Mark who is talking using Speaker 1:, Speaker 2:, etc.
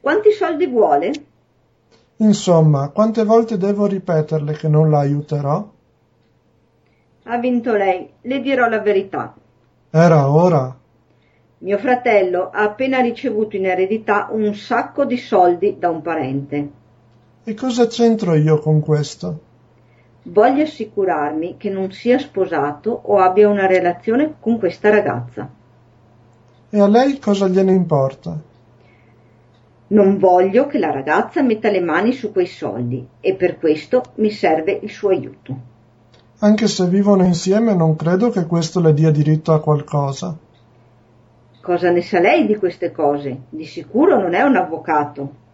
Speaker 1: Quanti soldi vuole?
Speaker 2: Insomma, quante volte devo ripeterle che non la aiuterò?
Speaker 1: Ha vinto lei, le dirò la verità.
Speaker 2: Era ora.
Speaker 1: Mio fratello ha appena ricevuto in eredità un sacco di soldi da un parente.
Speaker 2: E cosa c'entro io con questo?
Speaker 1: Voglio assicurarmi che non sia sposato o abbia una relazione con questa ragazza.
Speaker 2: E a lei cosa gliene importa?
Speaker 1: Non voglio che la ragazza metta le mani su quei soldi e per questo mi serve il suo aiuto.
Speaker 2: Anche se vivono insieme non credo che questo le dia diritto a qualcosa.
Speaker 1: Cosa ne sa lei di queste cose? Di sicuro non è un avvocato.